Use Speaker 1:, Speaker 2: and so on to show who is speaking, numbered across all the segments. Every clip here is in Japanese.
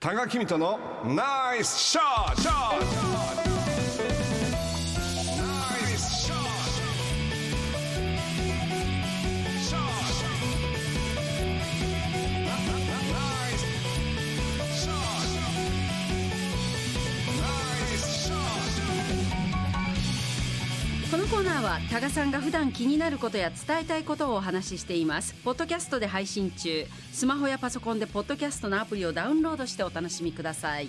Speaker 1: 多賀君とのナイスショットショットナイスショットショットナナイスショットナイスショット
Speaker 2: このコーナーは多賀さんが普段気になることや伝えたいことをお話ししていますポッドキャストで配信中スマホやパソコンでポッドキャストのアプリをダウンロードしてお楽しみください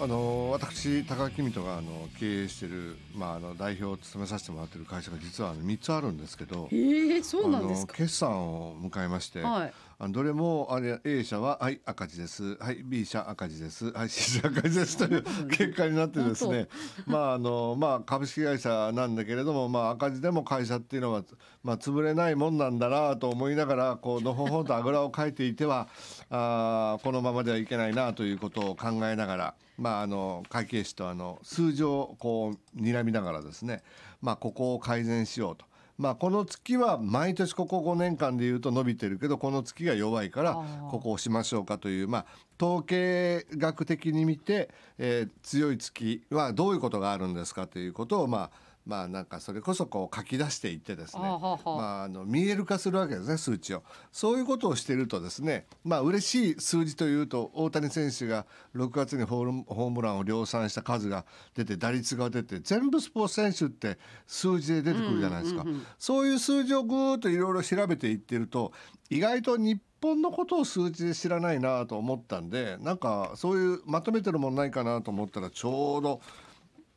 Speaker 3: あの私高木美人があの経営してる、まあ、あの代表を務めさせてもらってる会社が実はあの3つあるんですけど
Speaker 2: ええそ
Speaker 3: あの決算を迎えまして、
Speaker 2: はい
Speaker 3: あのどれもあれ A 社ははい赤字です、はい、B 社赤字です、はい、C 社赤字ですという結果になってですね まああの、まあ、株式会社なんだけれども、まあ、赤字でも会社っていうのは、まあ、潰れないもんなんだなと思いながらこうのほほんとあぐらをかいていてはあーこのままではいけないなということを考えながら。まあ、あの会計士とあの数字をこう睨みながらですね、まあ、ここを改善しようとまあ、この月は毎年ここ5年間でいうと伸びてるけどこの月が弱いからここをしましょうかという、まあ、統計学的に見て、えー強い月はどういうことがあるんですかということを、まあまあ、なんかそれこそこう書き出していってですね
Speaker 2: あーはーはー
Speaker 3: まあ、あの見える化するわけですね数値を。そういうことをしているとですねまあ嬉しい数字というと大谷選手が6月にホームホームランを量産した数が出て打率が出て全部スポーツ選手って数字で出てくるじゃないですか、そういう数字をぐーっといろいろ調べていってると意外と日本のことを数字で知らないなと思ったんでなんかそういうまとめてるもんないかなと思ったらちょうど。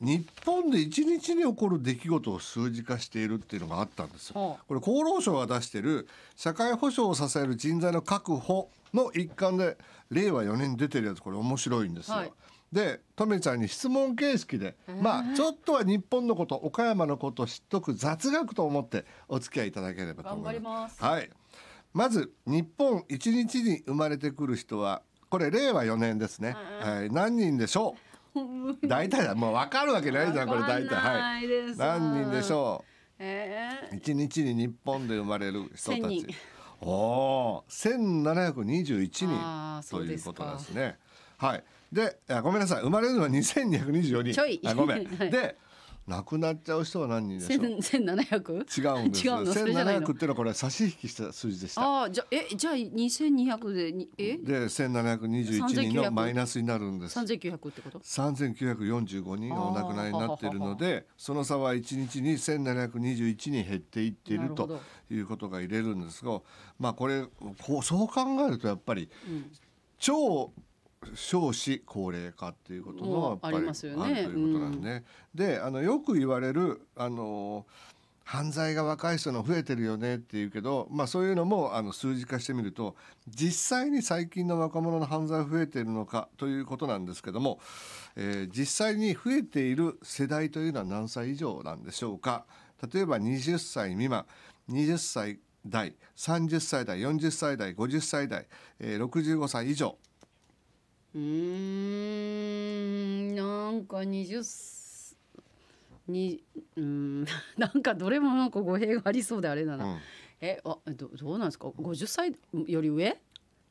Speaker 3: 日本で一日に起こる出来事を数字化しているっていうのがあったんです
Speaker 2: は
Speaker 3: よ。これ厚労省が出してる社会保障を支える人材の確保の一環で令和4年に出てるやつこれ面白いんですよ。
Speaker 2: はい
Speaker 3: でトメちゃんに質問形式で、まあちょっとは日本のこと岡山のことを知っとく雑学と思ってお付き合いいただければと思います。
Speaker 2: 頑張
Speaker 3: はい。
Speaker 2: ります
Speaker 3: まず日本一日に生まれてくる人はこれ令和4年ですね。はい、何人でしょう。大体だもう分かるわけないじゃんこれ大体
Speaker 2: わかん
Speaker 3: は
Speaker 2: ない
Speaker 3: い
Speaker 2: です
Speaker 3: 何人でしょ
Speaker 2: え
Speaker 3: う一日に日本で生まれる人た
Speaker 2: 1000
Speaker 3: ち
Speaker 2: 人
Speaker 3: おお1721
Speaker 2: あー
Speaker 3: 人
Speaker 2: そ
Speaker 3: と
Speaker 2: う
Speaker 3: い
Speaker 2: で
Speaker 3: う
Speaker 2: すか
Speaker 3: ことですねはいであごめんなさい生まれるのは2224人
Speaker 2: ちょい
Speaker 3: あごめん、
Speaker 2: はい
Speaker 3: で亡くなっちゃう人は何人
Speaker 2: え
Speaker 3: でしょう
Speaker 2: 千千七百
Speaker 3: 違うんです
Speaker 2: 違うのそれじゃないの
Speaker 3: 1700っていうのはこれは差し引きした数字でした
Speaker 2: ああじゃえじゃあ二千二百でにえ
Speaker 3: で1721人のマイナスになるんです
Speaker 2: 三千九百ってこと
Speaker 3: 3945人がお亡くなりになっているのでその差は1日に1721人減っていってい
Speaker 2: な
Speaker 3: る
Speaker 2: るほ
Speaker 3: と
Speaker 2: ど
Speaker 3: いうことが入れるんですがまあこれこうそう考えるとやっぱり超少子高齢化っていうことのやっぱりあ
Speaker 2: もうあり
Speaker 3: る
Speaker 2: ます
Speaker 3: とい
Speaker 2: よ
Speaker 3: う
Speaker 2: ね
Speaker 3: ことなんで、であのよく言われるあの犯罪が若い人の増えてるよねっていうけど、まあ、そういうのもあの数字化してみると実際に最近の若者の犯罪増えているのかということなんですけども、えー実際に増えている世代というのは何歳以上なんでしょうか例えば20歳未満20歳代30歳代40歳代50歳代、えー65歳以上
Speaker 2: うーんなんか二十にうーん なんかどれもなんか語弊がありそうであれだな、
Speaker 3: うん
Speaker 2: えあどどうなんですか50歳より上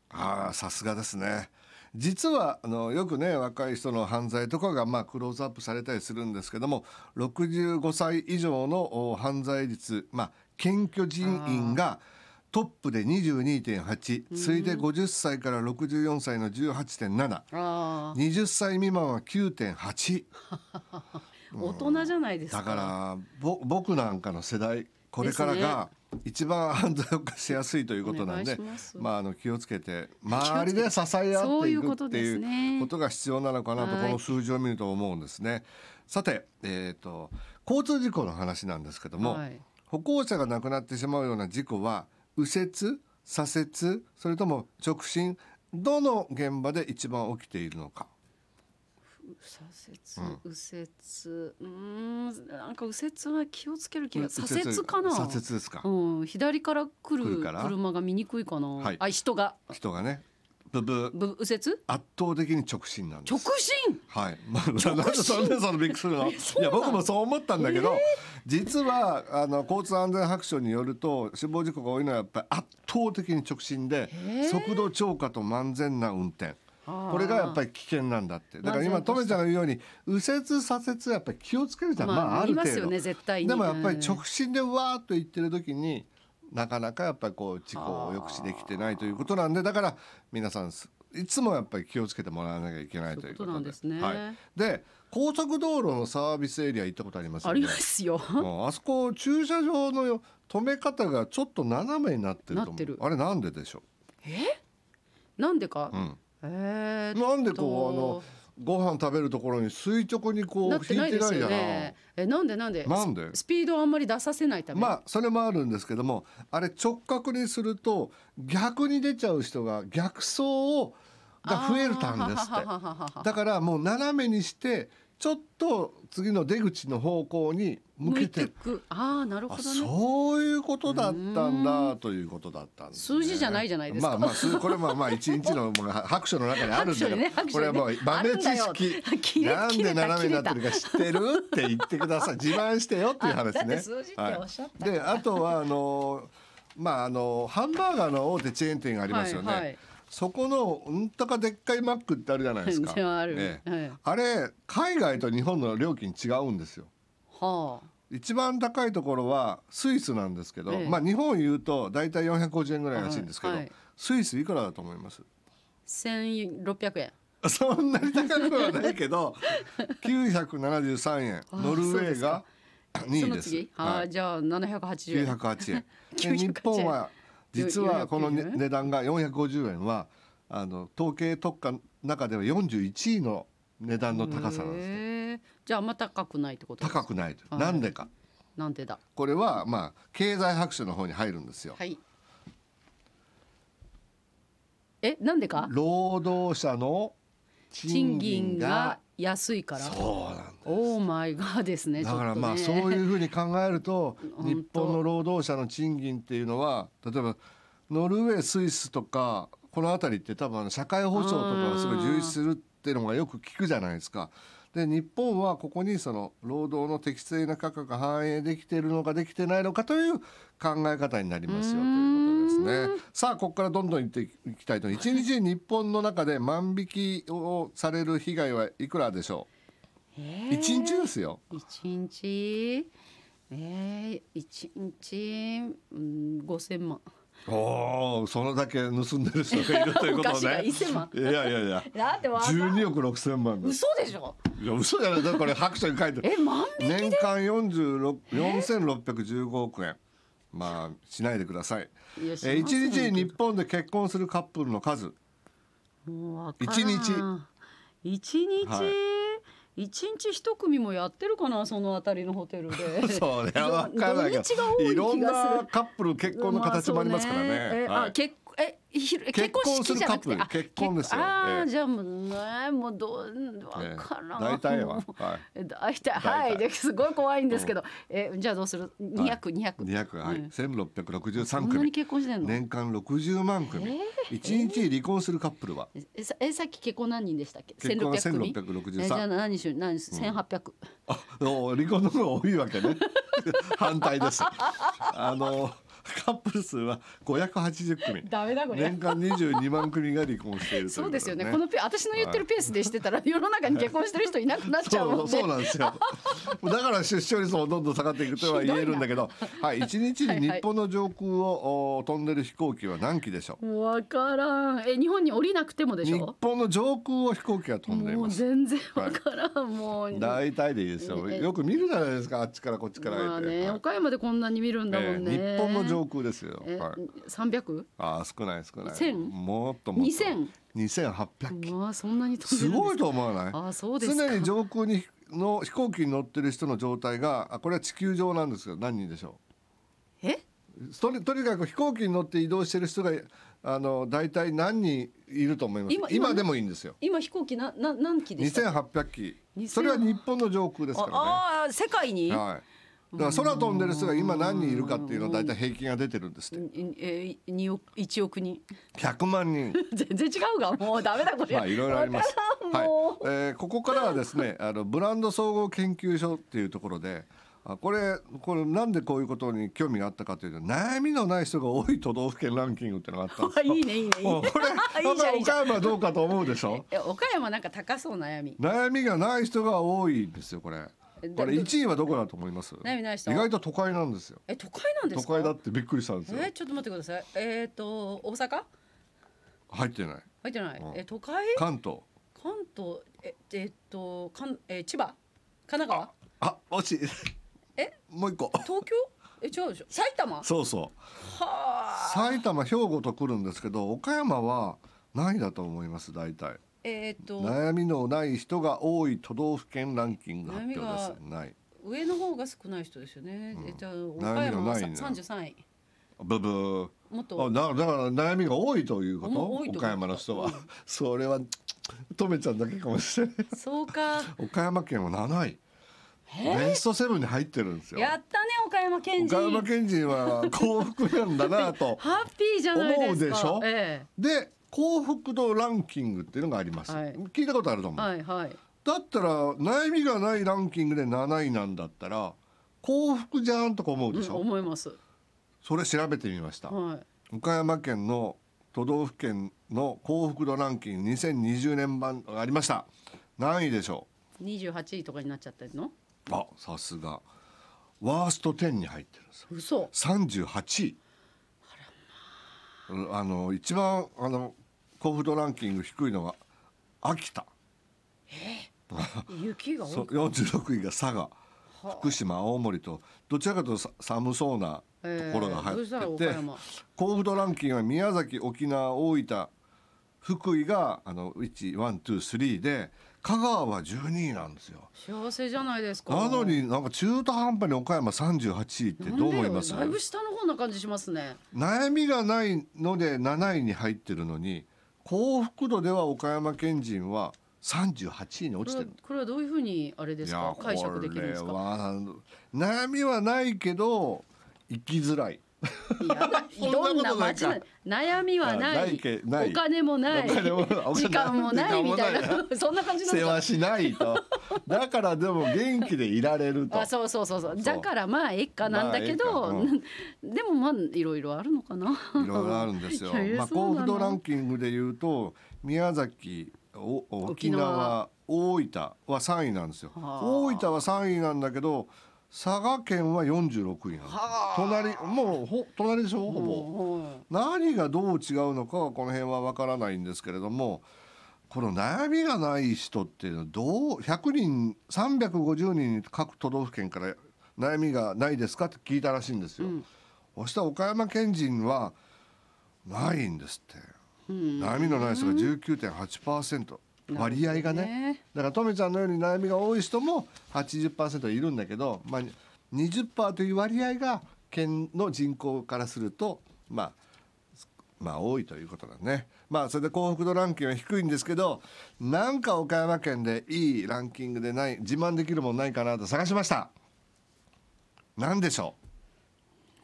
Speaker 3: ああさすがですね実はあのよくね若い人の犯罪とかが、まあ、クローズアップされたりするんですけども65歳以上のお犯罪率、まあ、検挙人員がトップで22.8次いで50歳から64歳の18.7。
Speaker 2: あ
Speaker 3: 20歳未満は9.8
Speaker 2: あ大人じゃないですか
Speaker 3: だからぼ僕なんかの世代これからが一番犯罪を犯しやすいということなんで
Speaker 2: お願いします
Speaker 3: まああの気をつけ て周りで支え合っ
Speaker 2: そう
Speaker 3: て
Speaker 2: い
Speaker 3: いうく
Speaker 2: こ
Speaker 3: っ
Speaker 2: と
Speaker 3: て
Speaker 2: です
Speaker 3: い
Speaker 2: ね
Speaker 3: うことが必要なのかなと
Speaker 2: はい
Speaker 3: この数字を見ると思うんですね。さて、えー、と交通事故の話なんですけども、
Speaker 2: はい
Speaker 3: 歩行者が亡くなってしまうような事故は右折左折それとも直進どの現場で一番起きているのか。
Speaker 2: 左折右折うーんなんか右折は気をつける気が
Speaker 3: これ
Speaker 2: 左折かな
Speaker 3: 左折ですか、
Speaker 2: うん、左から来
Speaker 3: 来
Speaker 2: る
Speaker 3: るから
Speaker 2: 車が見にくいかな、
Speaker 3: はい
Speaker 2: あ人が
Speaker 3: 人がねブブー
Speaker 2: ぶ右折
Speaker 3: 圧倒的に直進なんです
Speaker 2: 直進
Speaker 3: はい、まあ、なんでそんなそのびっくりするの
Speaker 2: そう
Speaker 3: いや
Speaker 2: なの
Speaker 3: 僕もそう思ったんだけど、実はあの交通安全白書によると死亡事故が多いのはやっぱり圧倒的に直進で、
Speaker 2: えー
Speaker 3: 速度超過と漫然な運転
Speaker 2: あー
Speaker 3: これがやっぱり危険なんだってだから今
Speaker 2: まずは
Speaker 3: トメちゃんが言うように右折左折はやっぱり気をつけるじゃんまあ、あ、
Speaker 2: あ
Speaker 3: る程
Speaker 2: りま
Speaker 3: 度
Speaker 2: すよね絶対に
Speaker 3: でもやっぱり
Speaker 2: うん
Speaker 3: 直進でわーっと行ってる時になかなかやっぱりこう事故を抑止できてないということなんでだから皆さんすいつもやっぱり気をつけてもらわなきゃいけないということで
Speaker 2: そういうことなんですね
Speaker 3: はい、で高速道路のサービスエリア行ったことあります
Speaker 2: ありますよ
Speaker 3: うんあそこ駐車場のよ止め方がちょっと斜めになってると
Speaker 2: な
Speaker 3: 思
Speaker 2: っ
Speaker 3: う
Speaker 2: てる
Speaker 3: あれなんででしょ
Speaker 2: なんでか
Speaker 3: う、う、ん、
Speaker 2: えーっと
Speaker 3: なんでこうあのご飯食べるところに垂直にこう
Speaker 2: なって
Speaker 3: 引
Speaker 2: ないい
Speaker 3: て
Speaker 2: で
Speaker 3: な
Speaker 2: す
Speaker 3: いじゃ
Speaker 2: よ
Speaker 3: ない
Speaker 2: ねえなんでなんで
Speaker 3: なんで
Speaker 2: ススピードをあんまり出させないため、
Speaker 3: まあそれもあるんですけどもあれ直角にすると逆に出ちゃう人が逆走をが増えたんですって
Speaker 2: て
Speaker 3: だからもう斜めにしてちょっと次の出口の方向に向けて
Speaker 2: いくああなるほ
Speaker 3: あ
Speaker 2: どね
Speaker 3: そういうことだったんだということだったんです、ね、
Speaker 2: 数字じゃないじゃないですか
Speaker 3: まあまあ数 これもまあ一日のまあ白書の中にあるんだけど、
Speaker 2: 白書にね白
Speaker 3: こ
Speaker 2: 書
Speaker 3: れは
Speaker 2: にね
Speaker 3: もう豆知
Speaker 2: あるんだよ切
Speaker 3: 識
Speaker 2: れ
Speaker 3: なんで斜めになってるか知ってるって言ってください自慢してよっていう
Speaker 2: あ
Speaker 3: 話ね。
Speaker 2: だって数字って
Speaker 3: はい
Speaker 2: おっしゃった
Speaker 3: であとはあのまああのハンバーガーの大手チェーン店がありますよね。
Speaker 2: はいはい
Speaker 3: そこのうんとかでっかいマックってあるじゃない ですか。
Speaker 2: じゃあある
Speaker 3: ね
Speaker 2: はい
Speaker 3: あれ海外と日本の料金違うんですよ。
Speaker 2: はあ
Speaker 3: 一番高いところはスイスなんですけど、
Speaker 2: ええ
Speaker 3: まあ日本を言うと大体450円ぐらいらしいんですけど、
Speaker 2: はいはい
Speaker 3: スイスいくらだと思います
Speaker 2: 1600円
Speaker 3: そんなに高くはないけ ど973円
Speaker 2: あ
Speaker 3: ノルウェーが2
Speaker 2: そ
Speaker 3: 位
Speaker 2: の
Speaker 3: です
Speaker 2: 次、はあじゃあ780円
Speaker 3: 908円
Speaker 2: 980円
Speaker 3: で日本は実はこのね
Speaker 2: 490円
Speaker 3: 値段が450円はあの統計特価の中では41位の値段の高さなんです、ね、
Speaker 2: へえじゃああんま高くないってことです
Speaker 3: 高くないという
Speaker 2: はい
Speaker 3: なんでか
Speaker 2: なんでだ
Speaker 3: これはまあ経済白書の方に入るんですよ
Speaker 2: はいえなんでか
Speaker 3: 労働者の
Speaker 2: 賃金が安いから
Speaker 3: そうなんだ
Speaker 2: オーマイガーですね
Speaker 3: だから
Speaker 2: ちょっとね
Speaker 3: まあそういうふうに考えると
Speaker 2: 本当
Speaker 3: 日本の労働者の賃金っていうのは例えばノルウェースイスとかこの辺りって多分あの社会保障とかがすごい重視するっていうのがよく聞くじゃないですか。で日本はここにその労働の適正な価格が反映できているのかできてないのかという考え方になりますよということですね。さあここからどんどんいっていきたいと一日に日本の中で万引きをされる被害はいくらでしょ
Speaker 2: え
Speaker 3: う
Speaker 2: ー
Speaker 3: 一日ですよ。
Speaker 2: 一日えー、一日うん五千万
Speaker 3: おお、それだけ盗んでる人がいるということ
Speaker 2: お菓子が
Speaker 3: ね。い
Speaker 2: 1000万
Speaker 3: やいやいや。
Speaker 2: だってわかん
Speaker 3: 十二億六千万です。
Speaker 2: 嘘でしょ
Speaker 3: いや嘘じゃない。だからこれ白書に書いてる。
Speaker 2: え万
Speaker 3: 年間四十六四千六百十五億円。まあしないでください。
Speaker 2: いやしま
Speaker 3: え
Speaker 2: せん
Speaker 3: 一日に日本で結婚するカップルの 数。
Speaker 2: もうわからん
Speaker 3: 一
Speaker 2: 一日、
Speaker 3: は
Speaker 2: 一日一組もやってるかなそのあたりのホテルで
Speaker 3: それは分からないけ
Speaker 2: 土日が多い
Speaker 3: ど。い
Speaker 2: 気が
Speaker 3: ろ
Speaker 2: する
Speaker 3: んなカップル結婚の形もありますから
Speaker 2: まあそう
Speaker 3: ね。
Speaker 2: え
Speaker 3: は
Speaker 2: あ
Speaker 3: い
Speaker 2: 結えひろ結
Speaker 3: 結
Speaker 2: 婚
Speaker 3: 婚す
Speaker 2: 式
Speaker 3: る
Speaker 2: じゃなくて
Speaker 3: カップル
Speaker 2: あ
Speaker 3: 結婚ですよ
Speaker 2: ああ、
Speaker 3: ええ
Speaker 2: じゃあもうねもうどうわ
Speaker 3: え
Speaker 2: からん、
Speaker 3: え大体は。はい。
Speaker 2: え 大体は
Speaker 3: 体
Speaker 2: いですごい怖いんですけど、えじゃあどうする二百二百
Speaker 3: 二百はい。千六百六十
Speaker 2: そ
Speaker 3: 三
Speaker 2: んな
Speaker 3: 組
Speaker 2: に。結婚してんの、
Speaker 3: 年間60万組一、日離婚するカップルは
Speaker 2: えさえさっき結婚何人でしたっけ
Speaker 3: 結婚は
Speaker 2: 1600組えじゃ
Speaker 3: 1663
Speaker 2: あ何しよう何しよう1800、
Speaker 3: あお離婚の方が多いわけね反対ですあのカップル数は580組
Speaker 2: ダメだこれ
Speaker 3: 年間22万組が離婚しているということ、
Speaker 2: そうですよね。このペ私の言ってるペースでしてたら、世の中に結婚してる人いなくなっちゃう
Speaker 3: そ
Speaker 2: の
Speaker 3: うそう
Speaker 2: で。
Speaker 3: なんですよだから出生率もどんどん下がっていくとは言えるんだけどはい、1日に日本の上空をお飛んでる飛行機は何機でしょう
Speaker 2: わからん。え日本に降りなくてもでし
Speaker 3: 日
Speaker 2: ょ。
Speaker 3: 本の上空を飛行機が飛んでい
Speaker 2: も
Speaker 3: ま
Speaker 2: う
Speaker 3: す
Speaker 2: 全然わからん、もう。
Speaker 3: 大体でいいですよ。
Speaker 2: ええ
Speaker 3: よく見るじゃないですか、あっちからこっちから
Speaker 2: ま
Speaker 3: 言う
Speaker 2: あ
Speaker 3: て
Speaker 2: ね、
Speaker 3: はい
Speaker 2: 岡山でこんなに見るんだも
Speaker 3: え
Speaker 2: んね。
Speaker 3: え日本の上空ですよ。
Speaker 2: え
Speaker 3: はい。
Speaker 2: 三百？
Speaker 3: ああ、少ない少ない。
Speaker 2: 1000
Speaker 3: もっともっと。
Speaker 2: 2000
Speaker 3: 二千八百機
Speaker 2: う。わそんなに飛んでするんです
Speaker 3: ごいと思わない。
Speaker 2: ああそうですか
Speaker 3: 常に上空にの飛行機に乗ってる人の状態が、あこれは地球上なんですけど何人でしょ
Speaker 2: え？
Speaker 3: う。とにとにかく飛行機に乗って移動してる人があの大体何人いると思います。
Speaker 2: 今
Speaker 3: 今
Speaker 2: 今
Speaker 3: でもいいんですよ。
Speaker 2: 今飛行機なな何機で
Speaker 3: 二
Speaker 2: したっ
Speaker 3: 千
Speaker 2: け？
Speaker 3: 八百機
Speaker 2: 2000。
Speaker 3: それは日本の上空ですからね。
Speaker 2: ああ世界に？
Speaker 3: はい。だから空飛んでる人が今何人いるかっていうのは大体平均が出てるんですって。
Speaker 2: いえ二億一億人。
Speaker 3: 100万人。
Speaker 2: 全然違うがもうダメだこれ。
Speaker 3: まあいろいろあります。
Speaker 2: わか
Speaker 3: は
Speaker 2: ら
Speaker 3: い
Speaker 2: んもう。
Speaker 3: えーここからはですね、あのブランド総合研究所っていうところで、あこれこれなんでこういうことに興味があったかというと悩みのない人が多い都道府県ランキングっていうのがあったんです
Speaker 2: あいいねいいねい いね
Speaker 3: もうこれ
Speaker 2: いいじゃんい
Speaker 3: や
Speaker 2: い
Speaker 3: っ
Speaker 2: じゃん
Speaker 3: ぱり岡山どうかと思うでしょ
Speaker 2: え岡山なんか高そう悩み
Speaker 3: 悩みがない人が多いんですよこれ
Speaker 2: えど
Speaker 3: これ
Speaker 2: ど
Speaker 3: 1位はどこだと思います
Speaker 2: 悩みない人
Speaker 3: 意外と都会なんですよ
Speaker 2: え都会なんで
Speaker 3: 都
Speaker 2: すか
Speaker 3: 会だってびっくりしたんですよ
Speaker 2: えちょっと待ってくださいえっ、と大阪
Speaker 3: 入ってない
Speaker 2: 入ってない、
Speaker 3: うん
Speaker 2: え都会
Speaker 3: 関東
Speaker 2: 関東ええっと関え千葉神奈川
Speaker 3: あ惜しい
Speaker 2: え
Speaker 3: もう一個
Speaker 2: 東京え違うでしょ埼玉は
Speaker 3: そうそう
Speaker 2: あ
Speaker 3: 埼玉兵庫と来るんですけど岡山は何位だと思います大体
Speaker 2: えっと
Speaker 3: 悩みのない人が多い都道府県ランキング発
Speaker 2: 悩み
Speaker 3: 表
Speaker 2: が
Speaker 3: ですない
Speaker 2: 上の方が少ない人ですよね、
Speaker 3: うん
Speaker 2: えじゃあ
Speaker 3: が
Speaker 2: 岡山は
Speaker 3: ないね
Speaker 2: 三十三位
Speaker 3: ブブー
Speaker 2: もっと
Speaker 3: あだだから悩みが多いというこ
Speaker 2: うん多い
Speaker 3: と
Speaker 2: と
Speaker 3: 岡山の人は、
Speaker 2: うん
Speaker 3: それはとめちゃんだけかもしれ ない
Speaker 2: そうか
Speaker 3: 岡山県は7位
Speaker 2: えー
Speaker 3: ベストセブンに入ってるんですよ
Speaker 2: やったね岡山県人
Speaker 3: 岡山県人は幸福なんだなと
Speaker 2: ハッピーじゃないですか
Speaker 3: 思うでしょ
Speaker 2: え
Speaker 3: で幸福度ランキングっていうのがあります、
Speaker 2: はい
Speaker 3: 聞いたことあると思
Speaker 2: え
Speaker 3: う、
Speaker 2: はいはい
Speaker 3: だったら悩みがないランキングで7位なんだったら幸福じゃんとか思うでし
Speaker 2: うん
Speaker 3: ょ、
Speaker 2: 思います
Speaker 3: それ調べてみました、
Speaker 2: はい
Speaker 3: 岡山県の都道府県の幸福度ランキング2020年版がありました何位でしょ
Speaker 2: 二十八位とかになっちゃってるの
Speaker 3: うあさすがワースト10に入ってるんですよ
Speaker 2: 嘘
Speaker 3: 38位うんあの一番あの幸福度ランキング低いのが秋田
Speaker 2: 雪が多い
Speaker 3: そう46位が佐賀
Speaker 2: はあ
Speaker 3: 福島青森とどちらかというとさ寒そうなところが入
Speaker 2: えー
Speaker 3: っ
Speaker 2: どう
Speaker 3: て
Speaker 2: し
Speaker 3: て
Speaker 2: たら岡山
Speaker 3: 幸福度ランキングは宮崎沖縄大分福井があの1123で香川は12位なんですよ。
Speaker 2: 幸せじゃないですか
Speaker 3: なのになんか中途半端に岡山38位ってどう思います
Speaker 2: なんでよだいぶ下の方な感じしますね
Speaker 3: 悩みがないので7位に入ってるのに幸福度では岡山県人は38位に
Speaker 2: こ
Speaker 3: 落ち
Speaker 2: れ
Speaker 3: て
Speaker 2: は
Speaker 3: る
Speaker 2: これはどういうふうにあれですか解釈できるんです
Speaker 3: これ
Speaker 2: か
Speaker 3: は悩みはないけど生きづらい
Speaker 2: いやだ
Speaker 3: そんなこと
Speaker 2: どんな街
Speaker 3: ない
Speaker 2: な
Speaker 3: か
Speaker 2: 悩みはな
Speaker 3: あ
Speaker 2: い
Speaker 3: ないけない
Speaker 2: お金もない
Speaker 3: お金もお金もない
Speaker 2: 時間もないみたい
Speaker 3: 時間
Speaker 2: な そんな感じなんで
Speaker 3: 世
Speaker 2: すか
Speaker 3: 話しないとだからでも元気でいられると
Speaker 2: あそうそうそうそう
Speaker 3: そう
Speaker 2: だからまあえっかなんだけど、
Speaker 3: まあえっ
Speaker 2: でもまあいろいろあるのかない
Speaker 3: ろいろあるんですよ
Speaker 2: いやいや。
Speaker 3: まあ
Speaker 2: そ
Speaker 3: 幸
Speaker 2: うな
Speaker 3: 福
Speaker 2: の
Speaker 3: 度ランキングでいうと宮崎お沖
Speaker 2: 沖縄
Speaker 3: 縄大分は3位なんですよ。
Speaker 2: はあ
Speaker 3: 大分は3位なんだけど佐賀県は46位なんですよ。隣もうほ隣でしょほぼ。
Speaker 2: うん
Speaker 3: 何がどう違うのかはこの辺は分からないんですけれどもこの悩みがない人っていうのはどう100人350人に各都道府県から悩みがないですかって聞いたらしいんですよ。
Speaker 2: うん
Speaker 3: そしたら岡山県人はないんですって。
Speaker 2: うん
Speaker 3: 悩みのない人が19.8%割合がねだからとめちゃんのように悩みが多い人も80%いるんだけど、まあ、20%という割合が県の人口からするとまあまあ多いということだね。まあそれで幸福度ランキングは低いんですけどなんか岡山県でいいランキングでない自慢できるもんないかなと探しました。なんでしょ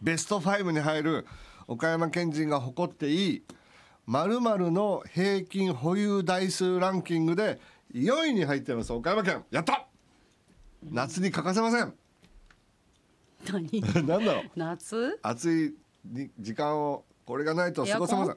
Speaker 3: うベスト5に入る岡山県人が誇っていい〇〇の平均保有台数ランキングで4位に入ってます岡山県やった夏に欠かせません
Speaker 2: 何
Speaker 3: なんだろう
Speaker 2: 夏
Speaker 3: 暑いに時間をこれがないと過ごせません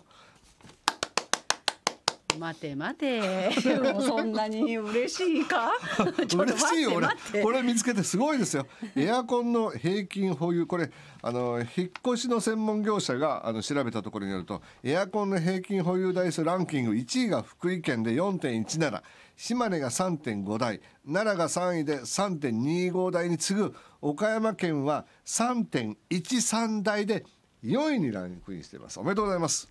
Speaker 2: 待て待てもうそんなに嬉しいか ちょっと
Speaker 3: 嬉し
Speaker 2: 待
Speaker 3: いよ
Speaker 2: って
Speaker 3: 俺
Speaker 2: 待って
Speaker 3: これ見つけてすごいですよエアコンの平均保有これあの引っ越しの専門業者があの調べたところによるとエアコンの平均保有台数ランキング1位が福井県で4.17島根が3.5台奈良が3位で3.25台に次ぐ岡山県は3.13台で4位にランクインしていますおめでとうございます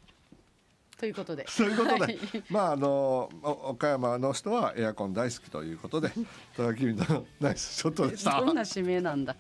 Speaker 2: という ことで
Speaker 3: ということで、
Speaker 2: はい
Speaker 3: まああのお岡山の人はエアコン大好 きということで、田中君のナイスショットでした。
Speaker 2: どんな指名なんだ